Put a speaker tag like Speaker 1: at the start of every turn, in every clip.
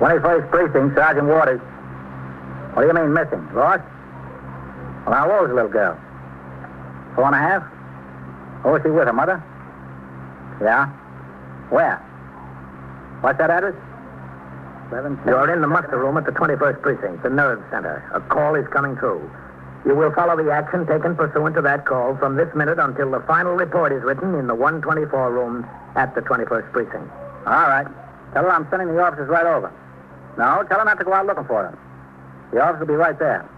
Speaker 1: 21st Precinct, Sergeant Waters. What do you mean missing? Lost? Well, how old's the little girl? Four and a half? Oh, is she with her mother? Yeah. Where? What's that address? 11
Speaker 2: You're in the muster room at the 21st Precinct, the nerve center. A call is coming through. You will follow the action taken pursuant to that call from this minute until the final report is written in the 124 room at the 21st Precinct.
Speaker 1: All right. Tell her I'm sending the officers right over. No, tell her not to go out looking for them. The officer will be right there.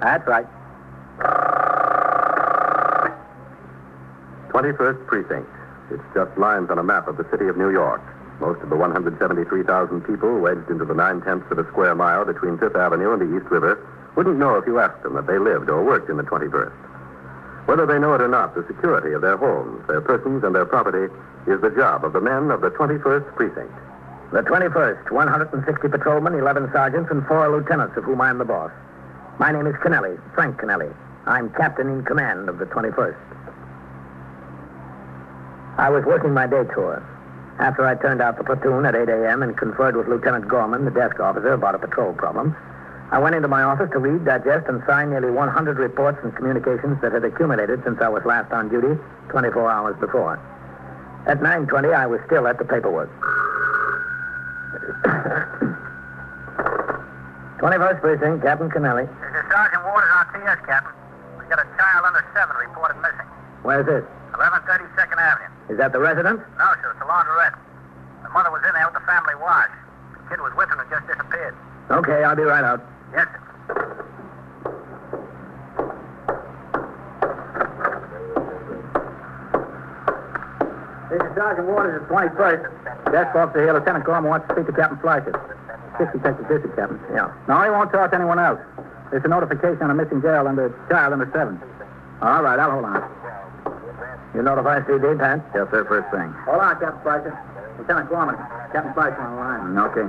Speaker 1: That's right.
Speaker 3: 21st Precinct. It's just lines on a map of the city of New York. Most of the 173,000 people wedged into the nine-tenths of a square mile between Fifth Avenue and the East River wouldn't know if you asked them that they lived or worked in the 21st. Whether they know it or not, the security of their homes, their persons, and their property is the job of the men of the 21st Precinct.
Speaker 2: The 21st, 160 patrolmen, 11 sergeants, and four lieutenants, of whom I'm the boss. My name is Kennelly, Frank Kennelly. I'm captain in command of the 21st. I was working my day tour. After I turned out the platoon at 8 a.m. and conferred with Lieutenant Gorman, the desk officer, about a patrol problem, I went into my office to read, digest, and sign nearly 100 reports and communications that had accumulated since I was last on duty 24 hours before. At 9.20, I was still at the paperwork. 21st Precinct, Captain Kennelly.
Speaker 4: This is Sergeant Waters on TS, Captain. We got a child under seven reported missing.
Speaker 2: Where's this?
Speaker 4: 1132nd Avenue.
Speaker 2: Is that the residence?
Speaker 4: No, sir, it's a laundrette. The mother was in there with the family watch. The kid was with her and just disappeared.
Speaker 2: Okay, I'll be right out.
Speaker 4: Yes, sir.
Speaker 1: This is Sergeant Waters at 21st. Desk officer here, Lieutenant Gorman wants to speak to Captain Fleischer. Six detective district, Captain.
Speaker 2: Yeah.
Speaker 1: No, he won't talk to anyone else. It's a notification on a missing girl under child under seven. All right, I'll hold on.
Speaker 2: You notify CD, Pat?
Speaker 1: Yes, sir, first thing. Hold on, Captain Fleischer. Lieutenant Gorman. Captain Fleischer on the line. Mm, Okay.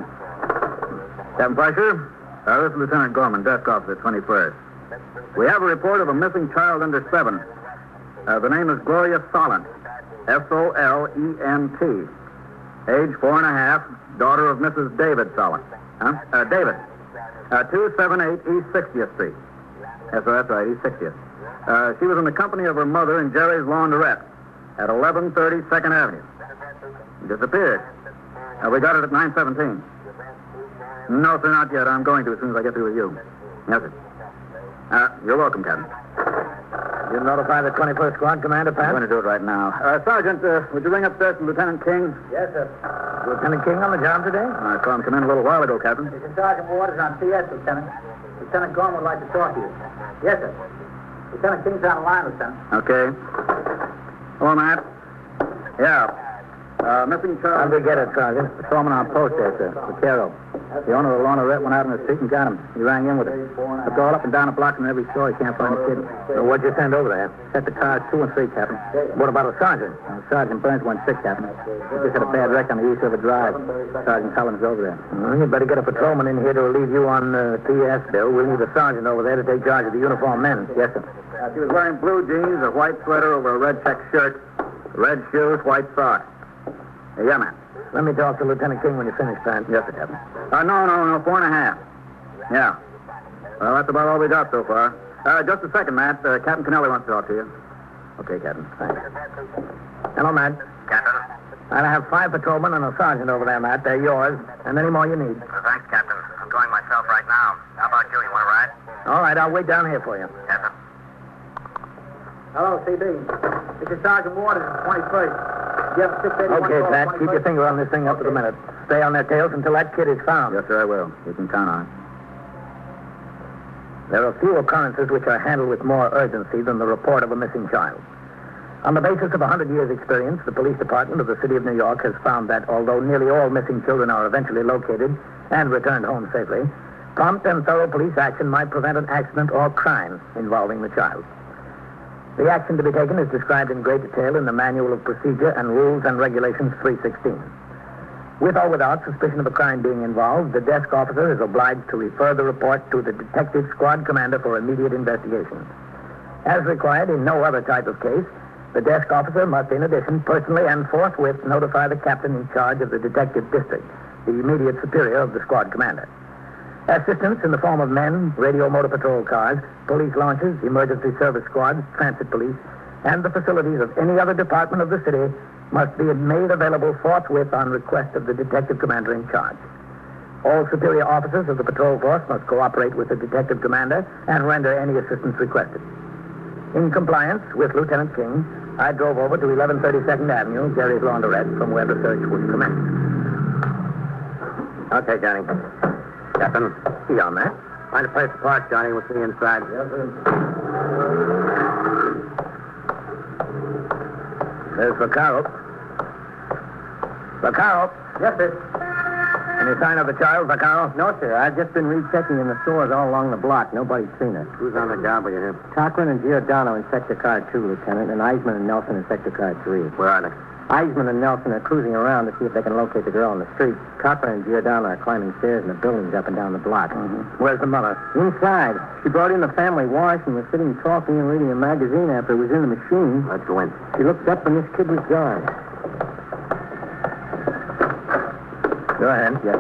Speaker 1: Captain Fleischer? Uh, this is Lieutenant Gorman, desk officer, 21st. We have a report of a missing child under seven. Uh, the name is Gloria Solent. S-O-L-E-N-T. E Age four and a half, daughter of Mrs. David Solent. Huh? Uh, David. Uh, 278 East 60th Street. Yes, sir, that's right, East 60th. Uh, she was in the company of her mother in Jerry's Laundrette at 1130 Second Avenue. Disappeared. Uh, we got it at 917. No, sir, not yet. I'm going to as soon as I get through with you. Yes, sir. Uh, you're welcome, Captain.
Speaker 2: You notify the 21st Squad Commander,
Speaker 1: I'm
Speaker 2: Pat?
Speaker 1: going to do it right now. Uh, Sergeant, uh, would you ring upstairs to Lieutenant King?
Speaker 2: Yes, sir. Lieutenant King on the job today?
Speaker 1: I saw him come in a little while ago, Captain.
Speaker 2: This is Sergeant Waters on CS, Lieutenant. Lieutenant Gorman would like to talk to you. Yes, sir. Lieutenant King's on the line, Lieutenant.
Speaker 1: Okay. Hello, Matt. Yeah. Uh, missing
Speaker 2: How'd
Speaker 1: child.
Speaker 2: we get it, Sergeant?
Speaker 1: I saw him on post there, sir. Vaquero. The owner of the laundrette went out on the street and got him. He rang in with it. Looked all up and down the block and every store. He can't find the kid.
Speaker 2: So what'd you send over there?
Speaker 1: Set the cars two and three, Captain.
Speaker 2: What about a sergeant?
Speaker 1: Uh, Sergeant Burns went sick, Captain. He just had a bad wreck on the East River Drive. Sergeant Collins over there.
Speaker 2: Well, you better get a patrolman in here to relieve you on uh, TS, Bill. We'll need a sergeant over there to take charge of the uniformed men.
Speaker 1: Yes, sir. Uh, she was wearing blue jeans, a white sweater over a red check shirt, red shoes, white socks. Uh, yeah, ma'am.
Speaker 2: Let me talk to Lieutenant King when you finish, Pat.
Speaker 1: Yes, sir, Captain. Uh, no, no, no, four and a half. Yeah. Well, that's about all we got so far. Uh, just a second, Matt. Uh, Captain Kennelly wants to talk to you. Okay, Captain. Thanks.
Speaker 2: Hello, Matt.
Speaker 4: Captain. uh,
Speaker 2: I'll have five patrolmen and a sergeant over there, Matt. They're yours. And any more you need.
Speaker 4: Thanks, Captain. I'm going myself right now. How about you? You want to ride?
Speaker 2: All right, I'll wait down here for you.
Speaker 4: Yes, sir.
Speaker 5: Hello, CB. This is Sergeant Waters of 21st. You have 681
Speaker 2: Okay,
Speaker 5: call,
Speaker 2: Pat, keep your
Speaker 5: 21st.
Speaker 2: finger on this thing up to the minute. Stay on their tails until that kid is found.
Speaker 1: Yes, sir, I will. You can count on it.
Speaker 2: There are few occurrences which are handled with more urgency than the report of a missing child. On the basis of 100 years' experience, the police department of the city of New York has found that although nearly all missing children are eventually located and returned home safely, prompt and thorough police action might prevent an accident or crime involving the child. The action to be taken is described in great detail in the Manual of Procedure and Rules and Regulations 316. With or without suspicion of a crime being involved, the desk officer is obliged to refer the report to the detective squad commander for immediate investigation. As required in no other type of case,
Speaker 6: The desk officer must, in addition, personally and forthwith notify the captain in charge of the detective district, the immediate superior of the squad commander. Assistance in the form of men, radio motor patrol cars, police launches, emergency service squads, transit police, and the facilities of any other department of the city must be made available forthwith on request of the detective commander in charge. All superior officers of the patrol force must cooperate with the detective commander and render any assistance requested. In compliance with Lieutenant King, I drove over to 1132nd Avenue, Jerry's laundrette, from where the search was commenced.
Speaker 7: Okay, Johnny. Captain, see on that. Find a place to park, Johnny. We'll see you inside. There's Vaccaro. Vaccaro.
Speaker 2: Yes, sir.
Speaker 7: Any sign of the child, Vaccaro?
Speaker 8: No, sir. I've just been rechecking in the stores all along the block. Nobody's seen her.
Speaker 7: Who's on the job with you here?
Speaker 8: Cochran and Giordano in sector car two, Lieutenant, and Eisman and Nelson in sector car three.
Speaker 7: Where are they?
Speaker 8: Eisman and Nelson are cruising around to see if they can locate the girl on the street. Cochran and Giordano are climbing stairs in the buildings up and down the block.
Speaker 7: Mm-hmm.
Speaker 6: Where's the mother?
Speaker 8: Inside, she brought in the family wash and was sitting talking and reading a magazine after it was in the machine.
Speaker 7: Let's go in.
Speaker 8: She looked up when this kid was gone.
Speaker 7: Go ahead.
Speaker 8: Yes.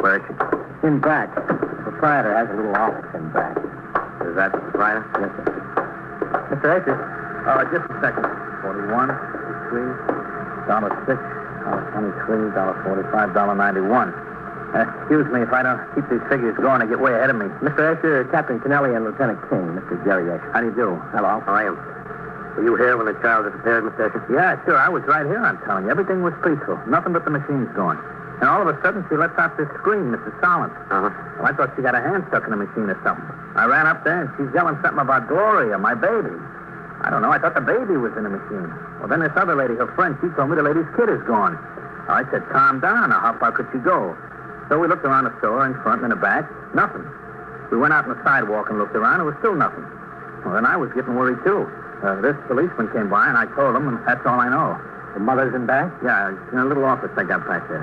Speaker 7: Where is she?
Speaker 8: In back. The proprietor has a little office in back.
Speaker 7: Is that the proprietor?
Speaker 8: Yes, sir. Mr. Akers.
Speaker 7: Uh, just a second.
Speaker 2: 41, 43, dollar six, dollar 23, dollar 45, dollar 91. Uh, excuse me if I don't keep these figures going. They get way ahead of me.
Speaker 8: Mr. Asher, Captain Kennelly, and Lieutenant King, Mr. Jerry Asher.
Speaker 2: How do you do? Hello.
Speaker 7: How are you? Were you here when the child disappeared, Mr. Asher?
Speaker 2: Yeah, sure. I was right here, I'm telling you. Everything was peaceful. Nothing but the machines going. And all of a sudden, she lets out this scream. This is silent.
Speaker 7: Uh-huh.
Speaker 2: Well, I thought she got her hand stuck in the machine or something. I ran up there, and she's yelling something about Gloria, my baby. I don't know. I thought the baby was in the machine. Well, then this other lady, her friend, she told me the lady's kid is gone. Oh, I said, calm down. Now, how far could she go? So we looked around the store, in front and in the back. Nothing. We went out on the sidewalk and looked around. It was still nothing. Well, then I was getting worried, too. Uh, this policeman came by, and I told him, and that's all I know.
Speaker 6: The mother's in back? Mm-hmm.
Speaker 2: Yeah, it's in a little office I got back there.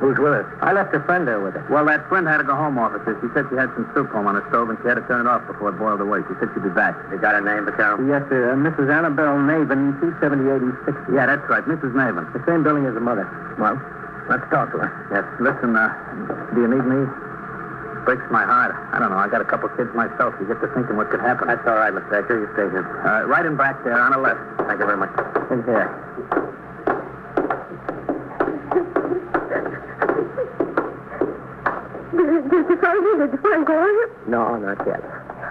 Speaker 6: Who's with her?
Speaker 8: I left a friend there with her.
Speaker 2: Well, that friend had to go home, officer. She said she had some soup home on the stove, and she had to turn it off before it boiled away. She said she'd be back.
Speaker 7: You got a name, Vaccaro?
Speaker 8: Yes, sir. Uh, Mrs. Annabelle Navin, 278 East 60.
Speaker 2: Yeah, that's right, Mrs. Maven.
Speaker 8: The same building as the mother.
Speaker 6: Well, let's talk to her.
Speaker 2: Yes, listen, uh, do you need me? Breaks my heart. I don't know. I got a couple kids myself. You get to thinking what could happen.
Speaker 7: That's all right, Mr. Asher. You stay here.
Speaker 2: Uh, right in back there on the left.
Speaker 7: Thank you very much.
Speaker 8: In here.
Speaker 9: Did, did you find her? Did you find Gloria?
Speaker 8: No, not yet.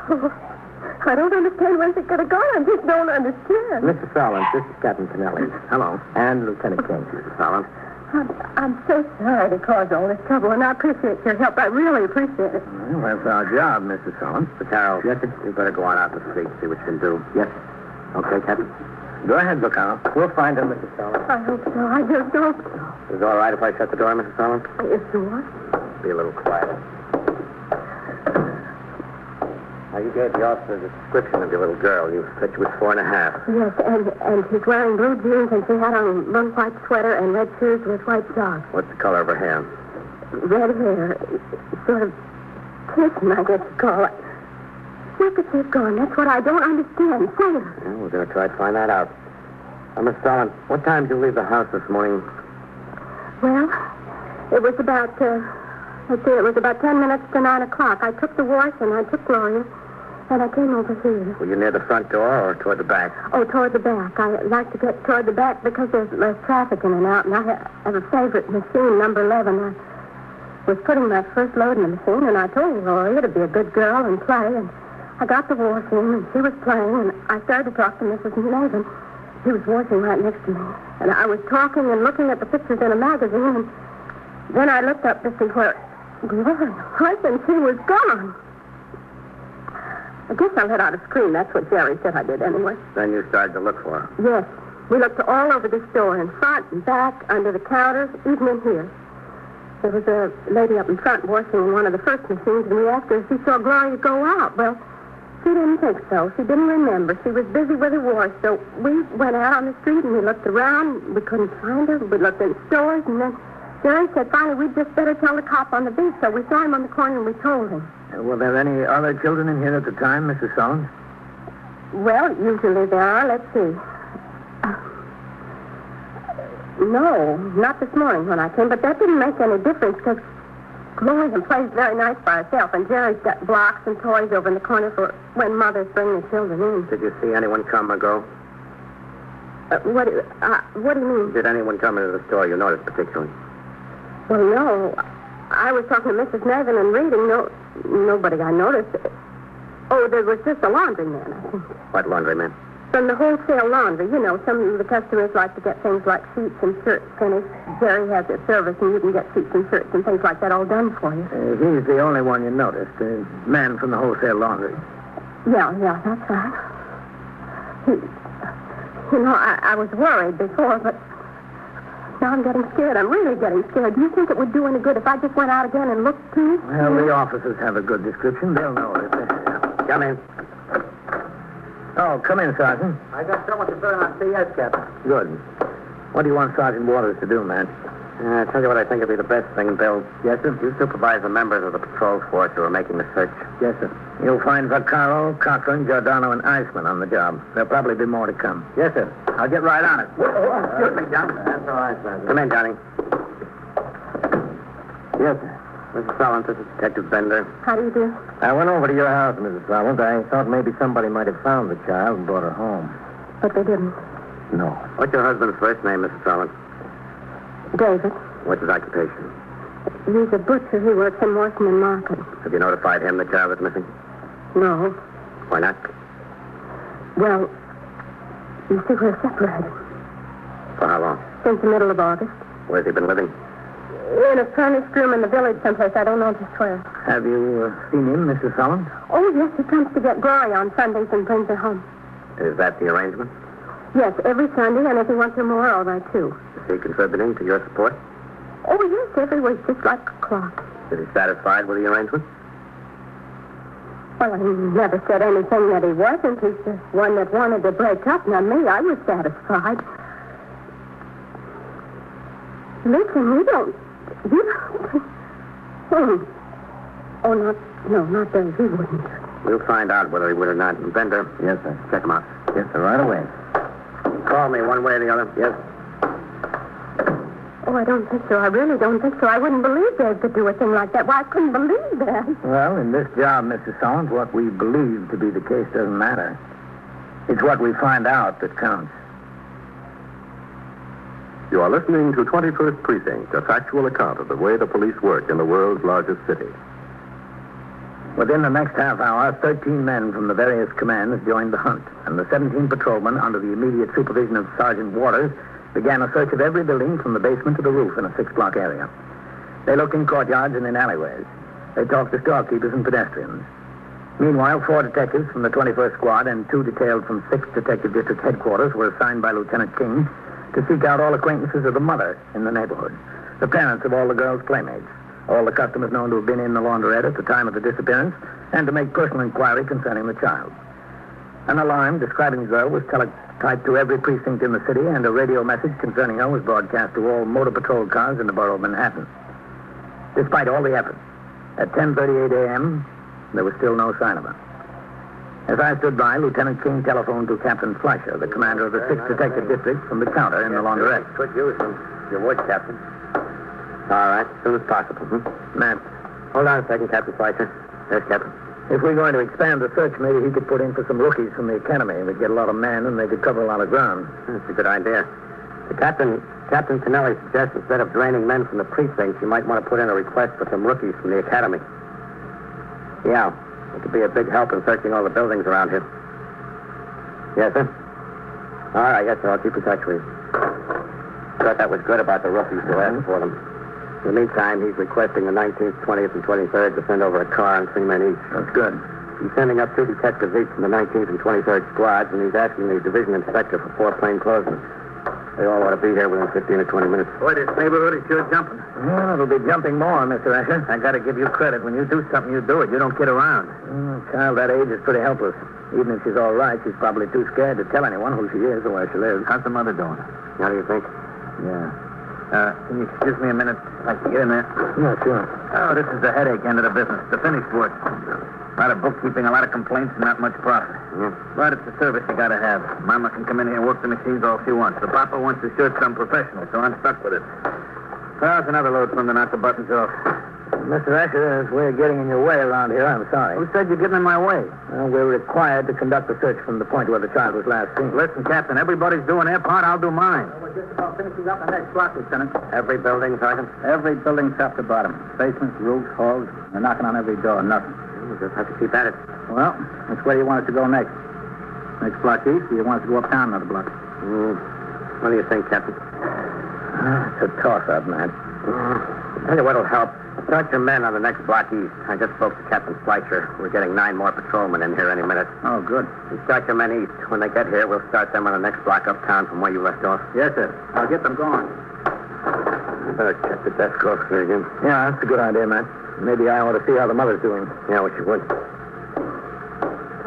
Speaker 9: Oh, I don't understand where she's going to go. I just don't understand.
Speaker 8: Mr. Solins, this is Captain Kennelly.
Speaker 7: Hello.
Speaker 8: And Lieutenant King.
Speaker 7: Mrs. Solomon.
Speaker 9: I'm, I'm so sorry to cause all this trouble, and I appreciate your help. I really appreciate it.
Speaker 6: Well, that's our job, Mrs. Solon.
Speaker 7: Vaccaro. Yes, You better go on out in the street, see what you can do.
Speaker 8: Yes.
Speaker 7: Okay, Captain?
Speaker 6: Go ahead, Vaccaro.
Speaker 8: We'll find her, Mr. Solins.
Speaker 9: I hope so. I just hope so.
Speaker 7: Is it all right if I shut the door, Mrs. Solomon?
Speaker 9: If you want.
Speaker 7: Be a little quieter. Now, you gave the officer the description of your little girl. You said she was four and a half.
Speaker 9: Yes, and, and she's wearing blue jeans, and she had on a long white sweater and red shoes with white socks.
Speaker 7: What's the color of her hair?
Speaker 9: Red hair. Sort of kitten, I guess you call it. Where could she have gone? That's what I don't understand. Say her.
Speaker 7: Yeah, we're going to try to find that out. Now, Miss Solomon, what time did you leave the house this morning?
Speaker 9: Well, it was about, uh, let's see, it was about ten minutes to nine o'clock. I took the wash and I took Gloria, and I came over here.
Speaker 7: Were you near the front door or toward the back?
Speaker 9: Oh, toward the back. I like to get toward the back because there's less traffic in and out, and I ha- have a favorite machine, number 11. I was putting my first load in the machine, and I told Gloria to be a good girl and play, and I got the wash in, and she was playing, and I started to talk to Mrs. Nathan. She was washing right next to me, and I was talking and looking at the pictures in a magazine, and then I looked up to see where Gloria was, and she was gone. I guess I let out a scream. That's what Jerry said I did anyway.
Speaker 7: Then you started to look for her.
Speaker 9: Yes. We looked all over the store, in front and back, under the counters, even in here. There was a lady up in front washing in one of the first machines, and we asked her if she saw Gloria go out. Well, she didn't think so. She didn't remember. She was busy with her wash. So we went out on the street and we looked around. We couldn't find her. We looked in stores, and then Jerry said finally we'd just better tell the cop on the beach. So we saw him on the corner and we told him.
Speaker 6: Were there any other children in here at the time, Mrs. Solon?
Speaker 9: Well, usually there are. Let's see. Uh, No, not this morning when I came, but that didn't make any difference because Gloria plays very nice by herself, and Jerry's got blocks and toys over in the corner for when mothers bring the children in.
Speaker 7: Did you see anyone come or go?
Speaker 9: Uh, what, uh, what do you mean?
Speaker 7: Did anyone come into the store you noticed particularly?
Speaker 9: Well, no. I was talking to Mrs. Nevin and reading. No, nobody I noticed. Oh, there was just a laundryman, I think.
Speaker 7: What laundry man?
Speaker 9: From the wholesale laundry, you know, some of the customers like to get things like sheets and shirts finished. Jerry has a service, and you can get sheets and shirts and things like that all done for you.
Speaker 2: Uh, he's the only one you noticed, a man from the wholesale laundry.
Speaker 9: Yeah, yeah, that's right. He, you know, I, I was worried before, but now I'm getting scared. I'm really getting scared. Do you think it would do any good if I just went out again and looked too?
Speaker 2: Well, the officers have a good description. They'll know it.
Speaker 7: Come in.
Speaker 2: Oh, come in, Sergeant.
Speaker 4: I got someone to burn on CS, Captain.
Speaker 2: Good. What do you want Sergeant Waters to do, man?
Speaker 7: Uh, I tell you what I think would be the best thing, Bill.
Speaker 2: Yes, sir.
Speaker 7: You supervise the members of the patrol force who are making the search.
Speaker 2: Yes, sir. You'll find Vaccaro, Cochran, Giordano, and Iceman on the job. There'll probably be more to come.
Speaker 7: Yes, sir.
Speaker 2: I'll get right on it.
Speaker 4: Excuse me, John. That's all right, Sergeant.
Speaker 7: Come in, Johnny.
Speaker 2: Yes, sir.
Speaker 7: Mrs. Solent, this is Detective Bender.
Speaker 9: How do you do?
Speaker 7: I went over to your house, Mrs. Solent. I thought maybe somebody might have found the child and brought her home.
Speaker 9: But they didn't.
Speaker 7: No. What's your husband's first name, Mrs. Solent?
Speaker 9: David,
Speaker 7: What's his occupation?
Speaker 9: he's a butcher. He works in Washington Market.
Speaker 7: Have you notified him the child is missing?
Speaker 9: No.
Speaker 7: Why not?
Speaker 9: Well, you see, we're separated
Speaker 7: For how long?
Speaker 9: since the middle of August.
Speaker 7: Where's he been living?
Speaker 9: In a furnished room in the village someplace. I don't know just where.
Speaker 2: Have you uh, seen him, Mrs. Solomon?
Speaker 9: Oh, yes, he comes to get Gloria on Sundays and brings her home.
Speaker 7: Is that the arrangement?
Speaker 9: Yes, every Sunday, and if he wants her more, all right, too.
Speaker 7: Is he contributing to your support?
Speaker 9: Oh, yes, every week, just like a clock.
Speaker 7: Is he satisfied with the arrangement?
Speaker 9: Well, he never said anything that he wasn't. He's the one that wanted to break up. Now, me, I was satisfied. Listen, you don't... You don't... Hmm. Oh, not... No, not Dave. He wouldn't.
Speaker 7: We'll find out whether he would or not. Bender. Yes, sir. Check him out. Yes, sir. Right away. Call me one way or the other. Yes.
Speaker 9: Oh, I don't think so. I really don't think so. I wouldn't believe Dave could do a thing like that. Why, I couldn't believe that.
Speaker 2: Well, in this job, Mrs. Solomon, what we believe to be the case doesn't matter. It's what we find out that counts.
Speaker 3: You are listening to 21st Precinct, a factual account of the way the police work in the world's largest city.
Speaker 2: Within the next half hour, 13 men from the various commands joined the hunt, and the 17 patrolmen, under the immediate supervision of Sergeant Waters, began a search of every building from the basement to the roof in a six-block area. They looked in courtyards and in alleyways. They talked to storekeepers and pedestrians. Meanwhile, four detectives from the 21st Squad and two detailed from 6th Detective District Headquarters were assigned by Lieutenant King to seek out all acquaintances of the mother in the neighborhood, the parents of all the girls' playmates, all the customers known to have been in the laundrette at the time of the disappearance, and to make personal inquiry concerning the child. An alarm describing the girl was teletyped to every precinct in the city, and a radio message concerning her was broadcast to all motor patrol cars in the borough of Manhattan. Despite all the efforts, at 10.38 a.m., there was still no sign of her. As I stood by, Lieutenant King telephoned to Captain Fleischer, the commander of the 6th Detective District, from the counter in the laundrette.
Speaker 7: Could use him. Your voice, Captain. All right, as soon as possible. Hmm?
Speaker 2: Ma'am,
Speaker 7: Hold on a second, Captain Fleischer. Yes, Captain.
Speaker 2: If we're going to expand the search, maybe he could put in for some rookies from the academy. We'd get a lot of men, and they could cover a lot of ground.
Speaker 7: That's a good idea. The captain, Captain Tonelli suggests instead of draining men from the precinct, you might want to put in a request for some rookies from the academy. Yeah, it could be a big help in searching all the buildings around here. Yes, sir. All right, yes, sir. I'll keep in touch with you. Thought that was good about the rookies who
Speaker 2: Hmm?
Speaker 7: asked for them. In the meantime, he's requesting the 19th, 20th, and 23rd to send over a car and three men each.
Speaker 2: That's good.
Speaker 7: He's sending up two detectives each from the 19th and 23rd squads, and he's asking the division inspector for four plainclothesmen. They all ought to be here within 15 or 20 minutes.
Speaker 4: Boy, this neighborhood is sure jumping.
Speaker 2: Well, it'll be jumping more, Mr. Asher.
Speaker 5: I gotta give you credit. When you do something, you do it. You don't kid around.
Speaker 2: Mm, a child that age is pretty helpless. Even if she's all right, she's probably too scared to tell anyone who she is or where she lives.
Speaker 5: How's the mother doing?
Speaker 7: How do you think?
Speaker 5: Yeah. Uh, can you excuse me a minute? I can get in there.
Speaker 2: Yeah, sure.
Speaker 5: Oh, this is the headache end of the business. The finished work. A lot of bookkeeping, a lot of complaints, and not much profit.
Speaker 3: Yeah.
Speaker 5: But it's a service you gotta have. Mama can come in here and work the machines all she wants. The papa wants to shirt some professional, so I'm stuck with it. Well, it's another load for him to knock the buttons off.
Speaker 2: Mr. Asher, if we're getting in your way around here, I'm sorry.
Speaker 5: Who said you're getting in my way?
Speaker 2: Well, we're required to conduct a search from the point where the child was last seen.
Speaker 5: Listen, Captain, everybody's doing their part, I'll do mine.
Speaker 4: We're just about finishing up the next block, Lieutenant.
Speaker 7: Every building, Sergeant?
Speaker 4: Every building, top to bottom. Basements, roofs, halls. They're knocking on every door. Nothing.
Speaker 7: We just have to keep at it.
Speaker 4: Well, which way do you want us to go next? Next block east, or you want us to go uptown another block?
Speaker 7: Mm. What do you think, Captain?
Speaker 2: Ah, It's a toss-up, man.
Speaker 7: Tell you what'll help. Start your men on the next block east. I just spoke to Captain Fleischer. We're getting nine more patrolmen in here any minute.
Speaker 4: Oh, good.
Speaker 7: You start your men east. When they get here, we'll start them on the next block uptown from where you left off.
Speaker 4: Yes, sir. I'll get them going.
Speaker 7: Better check the desk close here again.
Speaker 2: Yeah, that's a good idea, man. Maybe I ought to see how the mother's doing.
Speaker 7: Yeah, wish you would.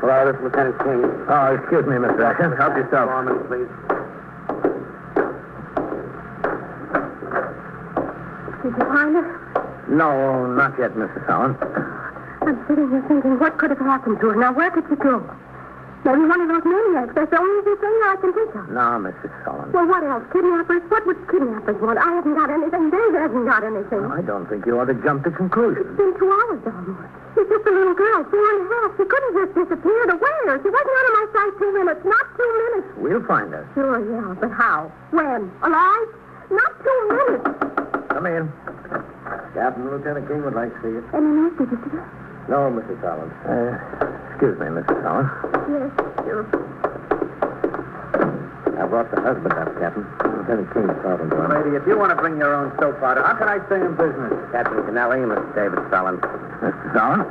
Speaker 7: Hello, this is Lieutenant King.
Speaker 2: Oh, excuse me, Mr. Asher.
Speaker 7: Help yourself. Foreman, please.
Speaker 9: Did you find her?
Speaker 2: No, not yet, Mrs. Allen.
Speaker 9: I'm sitting here thinking, what could have happened to her? Now, where could she go? Maybe one of those maniacs. That's the only thing I can think of.
Speaker 2: No, Mrs. Allen.
Speaker 9: Well, what else? Kidnappers? What would kidnappers want? I haven't got anything. Dave hasn't got anything.
Speaker 2: I don't think you ought to jump to conclusions.
Speaker 9: It's been two hours almost. She's just a little girl, four and a half. She couldn't just disappear away. Or she wasn't out of my sight two minutes. Not two minutes.
Speaker 2: We'll find her.
Speaker 9: Sure, yeah, but how? When? Alive? Not two minutes.
Speaker 2: Come in.
Speaker 7: Captain, Lieutenant King would like to see you.
Speaker 9: Any news, did you see her?
Speaker 7: No, Mrs. Allen.
Speaker 2: Uh, excuse me, Mrs. Allen.
Speaker 9: Yes, sure.
Speaker 7: I brought the husband up, Captain. Lieutenant King called him.
Speaker 5: Lady, if you want to bring your own soap powder, how can I stay in business?
Speaker 7: Captain Canelli and Mr. David Sullen.
Speaker 2: Mrs. Allen?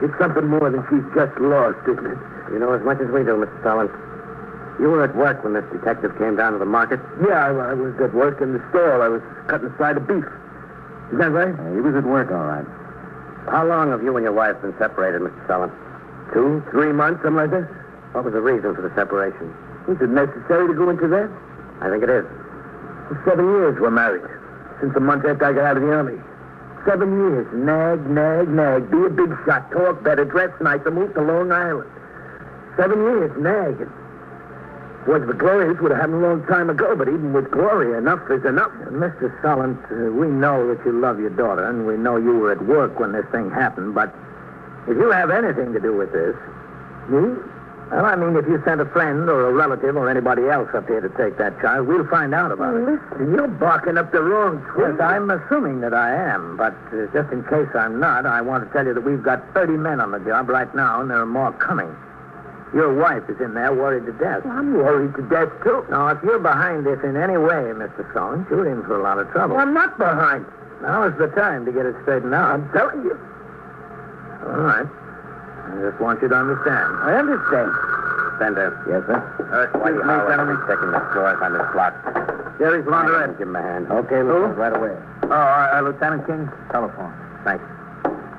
Speaker 2: It's something more than she's just lost, isn't it?
Speaker 7: You know as much as we do, Mr. Sullen. You were at work when this detective came down to the market.
Speaker 2: Yeah, I, I was at work in the store. I was cutting a side of beef. Is that right?
Speaker 7: Uh, he was at work, all right. How long have you and your wife been separated, Mr. Sullen?
Speaker 2: Two, three months, something like that.
Speaker 7: What was the reason for the separation?
Speaker 2: Is it necessary to go into that?
Speaker 7: I think it is.
Speaker 2: For seven years we're married. Since the month after I got out of the army. Seven years. Nag, nag, nag. Be a big shot. Talk better. Dress nicer. Move to Long Island. Seven years. Nag. Was the glorious would have happened a long time ago, but even with glory, enough is enough. Mr. Solent, uh, we know that you love your daughter, and we know you were at work when this thing happened, but if you have anything to do with this, me? Well, I mean, if you sent a friend or a relative or anybody else up here to take that child, we'll find out about it. Listen, you're barking up the wrong tree. Yes, I'm assuming that I am, but uh, just in case I'm not, I want to tell you that we've got 30 men on the job right now, and there are more coming. Your wife is in there worried to death. I'm worried to death, too. Now, if you're behind this in any way, Mr. Stone, you're in for a lot of trouble. I'm not behind. Now is the time to get it straightened out. I'm telling you. All right. I just want you to understand. I understand.
Speaker 7: Fender.
Speaker 2: Yes, sir.
Speaker 5: Uh,
Speaker 7: Earth, why you gentlemen. checking the stores on this block.
Speaker 5: Jerry's laundrette.
Speaker 7: Give him a hand.
Speaker 2: Okay, Lou. Right away.
Speaker 5: Oh, uh, uh, Lieutenant King, telephone.
Speaker 7: Oh, Thanks.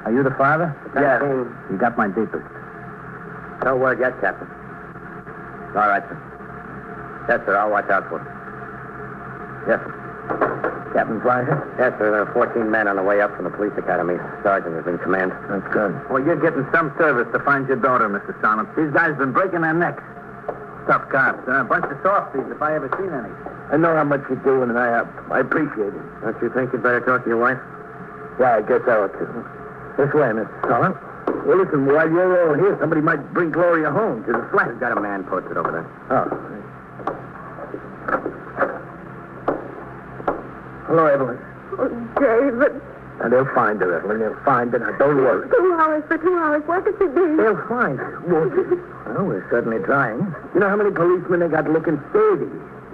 Speaker 5: Are you the father?
Speaker 7: Yes.
Speaker 5: You got my deepest.
Speaker 7: No word yet, Captain. All right, sir. Yes, sir. I'll watch out for him. Yes, sir.
Speaker 2: Captain Fleischer?
Speaker 7: Yes, sir. There are 14 men on the way up from the police academy. Sergeant is in command.
Speaker 2: That's good.
Speaker 5: Well, you're getting some service to find your daughter, Mr. Solomon. These guys been breaking their necks. Tough cops, huh? A bunch of softies, if I ever seen any.
Speaker 2: I know how much you're doing, and I, uh, I appreciate it.
Speaker 7: Don't you think you'd better talk to your wife?
Speaker 2: Yeah, I guess I ought to. This way, Mr. Sullen. Well, listen, while you're all here, somebody might bring Gloria home to the flat.
Speaker 7: We've got a man posted over there.
Speaker 2: Oh. Hello, Evelyn.
Speaker 9: Oh, David.
Speaker 2: Now, they'll find her, Evelyn. They'll find her. Now, don't worry.
Speaker 9: Two hours for two hours. Where could she be?
Speaker 2: They'll find her, won't they? Well, we're certainly trying. You know how many policemen they got looking? 30.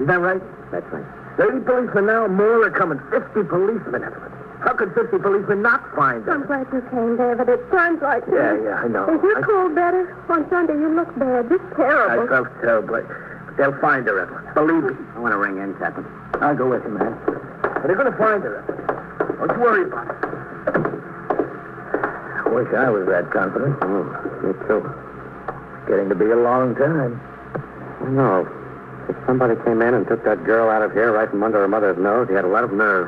Speaker 2: Is that right?
Speaker 7: That's right.
Speaker 2: 30 policemen now, more are coming. 50 policemen, Evelyn. How could 50 policemen not find
Speaker 9: I'm
Speaker 2: her?
Speaker 9: glad you came, David. It's times like this.
Speaker 2: Yeah, yeah, I know.
Speaker 9: Is your
Speaker 2: I-
Speaker 9: cold better? On Sunday, you look bad. It's
Speaker 2: I
Speaker 9: terrible.
Speaker 2: felt terrible. But They'll find her, Evelyn. Believe me.
Speaker 7: I want to ring in, Captain.
Speaker 2: I'll go with you, man. But they're going to find her, Evelyn. Don't you worry about it. I wish I was that confident.
Speaker 7: Oh, me too.
Speaker 2: Getting to be a long time.
Speaker 7: I know. Oh, If somebody came in and took that girl out of here right from under her mother's nose, he had a lot of nerve.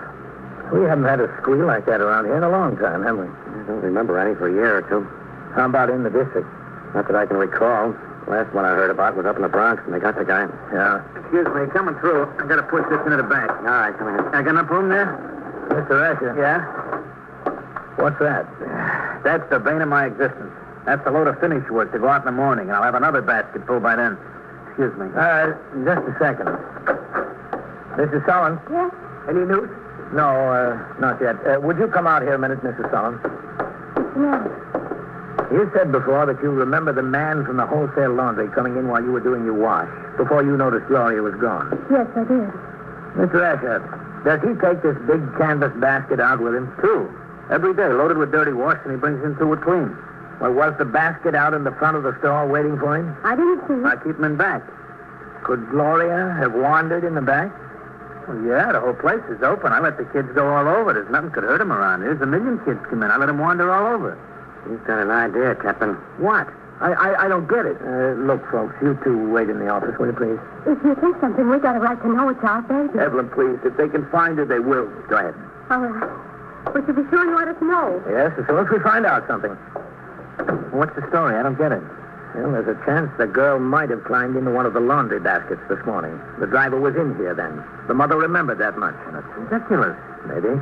Speaker 2: We haven't had a squeal like that around here in a long time, have we?
Speaker 7: I don't remember any for a year or two.
Speaker 2: How about in the district?
Speaker 7: Not that I can recall. Last one I heard about was up in the Bronx, and they got the guy.
Speaker 2: Yeah.
Speaker 5: Excuse me, coming through. I gotta push this into the bank.
Speaker 7: All right, come in.
Speaker 5: I got enough room there?
Speaker 2: Mr. Asher,
Speaker 5: Yeah?
Speaker 2: what's that?
Speaker 5: That's the bane of my existence. That's a load of finish work to go out in the morning, and I'll have another basket full by then. Excuse me.
Speaker 2: Uh, just a second. Mrs. Sullen?
Speaker 9: Yes?
Speaker 5: Any news?
Speaker 2: No, uh, not yet. Uh, would you come out here a minute, Mrs. Sullen?
Speaker 9: Yes.
Speaker 2: You said before that you remember the man from the wholesale laundry coming in while you were doing your wash, before you noticed Gloria was gone.
Speaker 9: Yes, I did.
Speaker 2: Mr. Asher, does he take this big canvas basket out with him?
Speaker 5: Two. Every day, loaded with dirty wash, and he brings in two with clean.
Speaker 2: Well, was the basket out in the front of the store waiting for him?
Speaker 9: I didn't see
Speaker 5: I
Speaker 9: it.
Speaker 5: keep him in back.
Speaker 2: Could Gloria have wandered in the back?
Speaker 5: Well, yeah, the whole place is open. I let the kids go all over. There's nothing could hurt them around here. There's a million kids come in. I let them wander all over.
Speaker 7: You've got an idea, Captain.
Speaker 2: What? I, I, I don't get it. Uh, look, folks, you two wait in the office, will you please?
Speaker 9: If you think something, we got a right to know it's our baby.
Speaker 2: Evelyn, please. If they can find her, they will. Go ahead.
Speaker 9: All right. But you be sure you let us know.
Speaker 2: Yes, as soon as we find out something.
Speaker 5: What's the story? I don't get it.
Speaker 2: Well, there's a chance the girl might have climbed into one of the laundry baskets this morning. The driver was in here then. The mother remembered that much.
Speaker 5: Ridiculous.
Speaker 2: Maybe.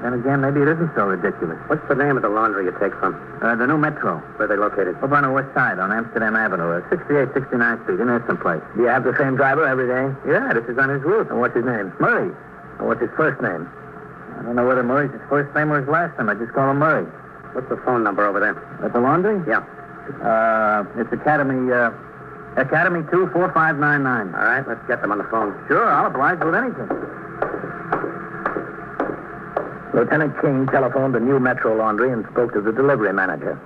Speaker 5: Then again, maybe it isn't so ridiculous.
Speaker 7: What's the name of the laundry you take from?
Speaker 5: Uh, the new metro.
Speaker 7: Where they located?
Speaker 5: Up on the west side on Amsterdam Avenue, uh, 68, 69 Street, in there someplace.
Speaker 2: Do you have the same driver every day?
Speaker 5: Yeah, this is on his route.
Speaker 2: And what's his name?
Speaker 5: Murray.
Speaker 2: And what's his first name?
Speaker 5: I don't know whether Murray's his first name or his last name. I just call him Murray.
Speaker 7: What's the phone number over there?
Speaker 5: At the laundry?
Speaker 7: Yeah.
Speaker 5: Uh, it's Academy, uh, Academy 24599.
Speaker 7: All right, let's get them on the phone.
Speaker 5: Sure, I'll oblige with anything.
Speaker 2: Lieutenant King telephoned the new Metro Laundry and spoke to the delivery manager.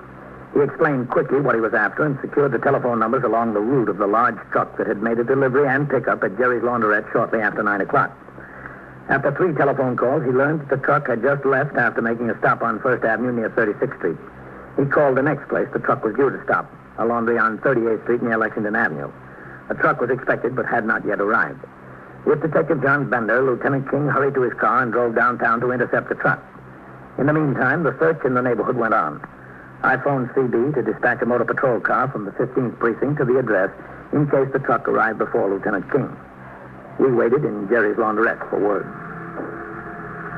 Speaker 2: He explained quickly what he was after and secured the telephone numbers along the route of the large truck that had made a delivery and pickup at Jerry's laundrette shortly after 9 o'clock. After three telephone calls, he learned that the truck had just left after making a stop on First Avenue near 36th Street. He called the next place the truck was due to stop, a laundry on 38th Street near Lexington Avenue. A truck was expected but had not yet arrived. With Detective John Bender, Lieutenant King hurried to his car and drove downtown to intercept the truck. In the meantime, the search in the neighborhood went on. I phoned CB to dispatch a motor patrol car from the 15th precinct to the address in case the truck arrived before Lieutenant King. We waited in Jerry's laundrette for word.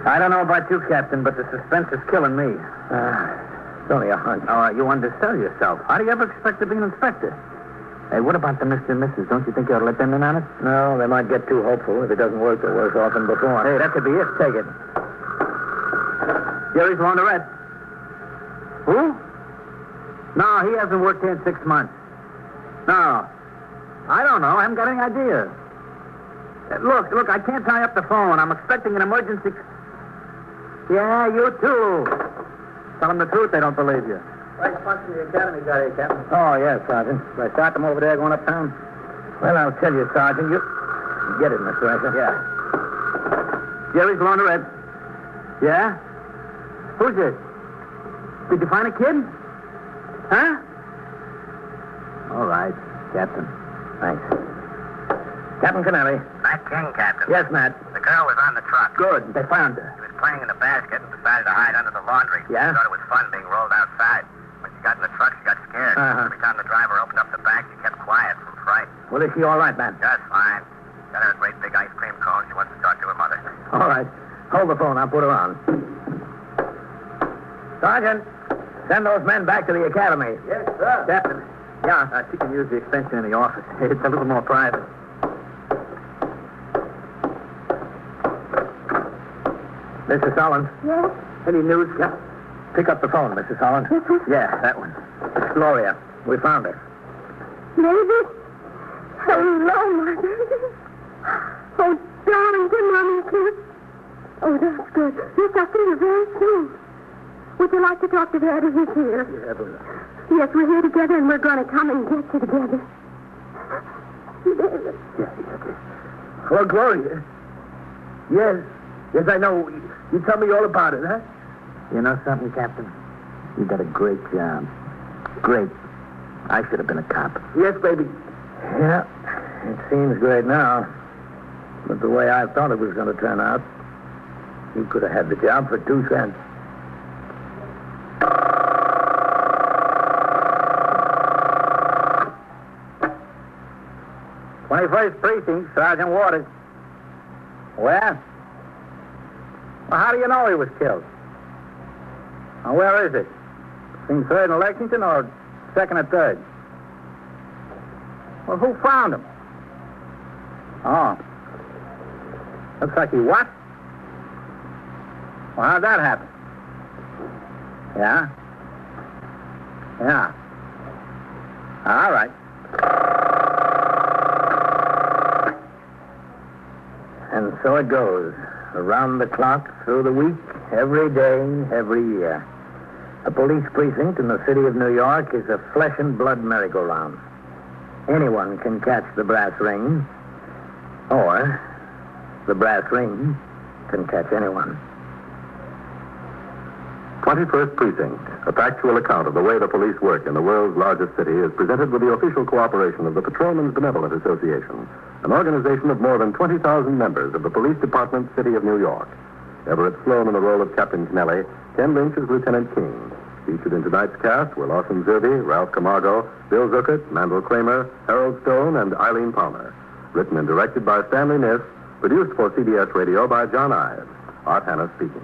Speaker 5: I don't know about you, Captain, but the suspense is killing me.
Speaker 2: Ah, it's only a hunch.
Speaker 5: Oh, you undersell yourself. How do you ever expect to be an inspector? Hey, what about the Mr. and Mrs.? Don't you think you ought to let them in on it?
Speaker 2: No, they might get too hopeful. If it doesn't work, it works often before.
Speaker 5: Hey, that could be it. Take it. Jerry's laundrette. Who? No, he hasn't worked here in six months. No. I don't know. I haven't got any idea. Uh, Look, look, I can't tie up the phone. I'm expecting an emergency. c- Yeah, you too. Tell them the truth, they don't believe you.
Speaker 2: Right sponsor the academy got here, Captain.
Speaker 5: Oh, yes, Sergeant. Should I start them over there going uptown?
Speaker 2: Well, I'll tell you, Sergeant. You get it, Mr. Asher.
Speaker 5: Yeah. Jerry's laundrette. Yeah? Who's this? Did you find a kid? Huh? All right, Captain.
Speaker 2: Thanks. Captain Canelli.
Speaker 4: Matt King, Captain.
Speaker 2: Yes, Matt.
Speaker 4: The girl was on the truck.
Speaker 2: Good. They found her.
Speaker 4: She was playing in the basket and decided to hide under the laundry.
Speaker 2: Yeah?
Speaker 4: She thought it was fun being rolled outside. When she got in the truck, she got scared.
Speaker 2: Uh-huh.
Speaker 4: Every time the driver opened up the back, she kept quiet from fright.
Speaker 2: Well, is she all right, Matt?
Speaker 4: Just fine. Got her a great big ice cream cone. She wants to talk to her mother.
Speaker 2: All right. Hold the phone. I'll put her on. Sergeant, send those men back to the academy.
Speaker 5: Yes, sir. Captain. Yeah, uh, she can use the extension in the office. It's a little more private.
Speaker 2: Mrs. Solomon,
Speaker 9: Yes?
Speaker 5: Any news, Captain?
Speaker 2: pick up the phone, Mrs. Solomon.
Speaker 9: This was
Speaker 2: Yeah, that one. It's Gloria. We found her.
Speaker 9: Baby? Hello, my baby. Oh, darling, good morning, kid. Oh, that's good. Yes, I'll see you very soon. Would you like to talk to Daddy? He's here. Yes, we're here together, and we're going to come and get you together. David.
Speaker 2: Hello, Gloria. Yes. Yes, I know. You tell me all about it, huh?
Speaker 5: You know something, Captain? You got a great job. Great. I should have been a cop.
Speaker 2: Yes, baby. Yeah. It seems great now. But the way I thought it was going to turn out, you could have had the job for two cents.
Speaker 5: 21st Precinct, Sergeant Waters.
Speaker 2: Where?
Speaker 5: Well, how do you know he was killed? Now, where is it? Between 3rd and Lexington or 2nd and 3rd? Well, who found him? Oh. Looks like he what? Well, how'd that happen? Yeah? Yeah. All right.
Speaker 2: And so it goes. Around the clock, through the week, every day, every year. A police precinct in the city of New York is a flesh and blood merry-go-round. Anyone can catch the brass ring, or the brass ring can catch anyone.
Speaker 3: 21st Precinct, a factual account of the way the police work in the world's largest city, is presented with the official cooperation of the Patrolmen's Benevolent Association, an organization of more than 20,000 members of the Police Department, City of New York. Everett Sloan in the role of Captain Kennelly, Ken Lynch as Lieutenant King. Featured in tonight's cast were Lawson Zerbe, Ralph Camargo, Bill Zuckert, Mandel Kramer, Harold Stone, and Eileen Palmer. Written and directed by Stanley Niss, produced for CBS Radio by John Ives. Art Hannah speaking.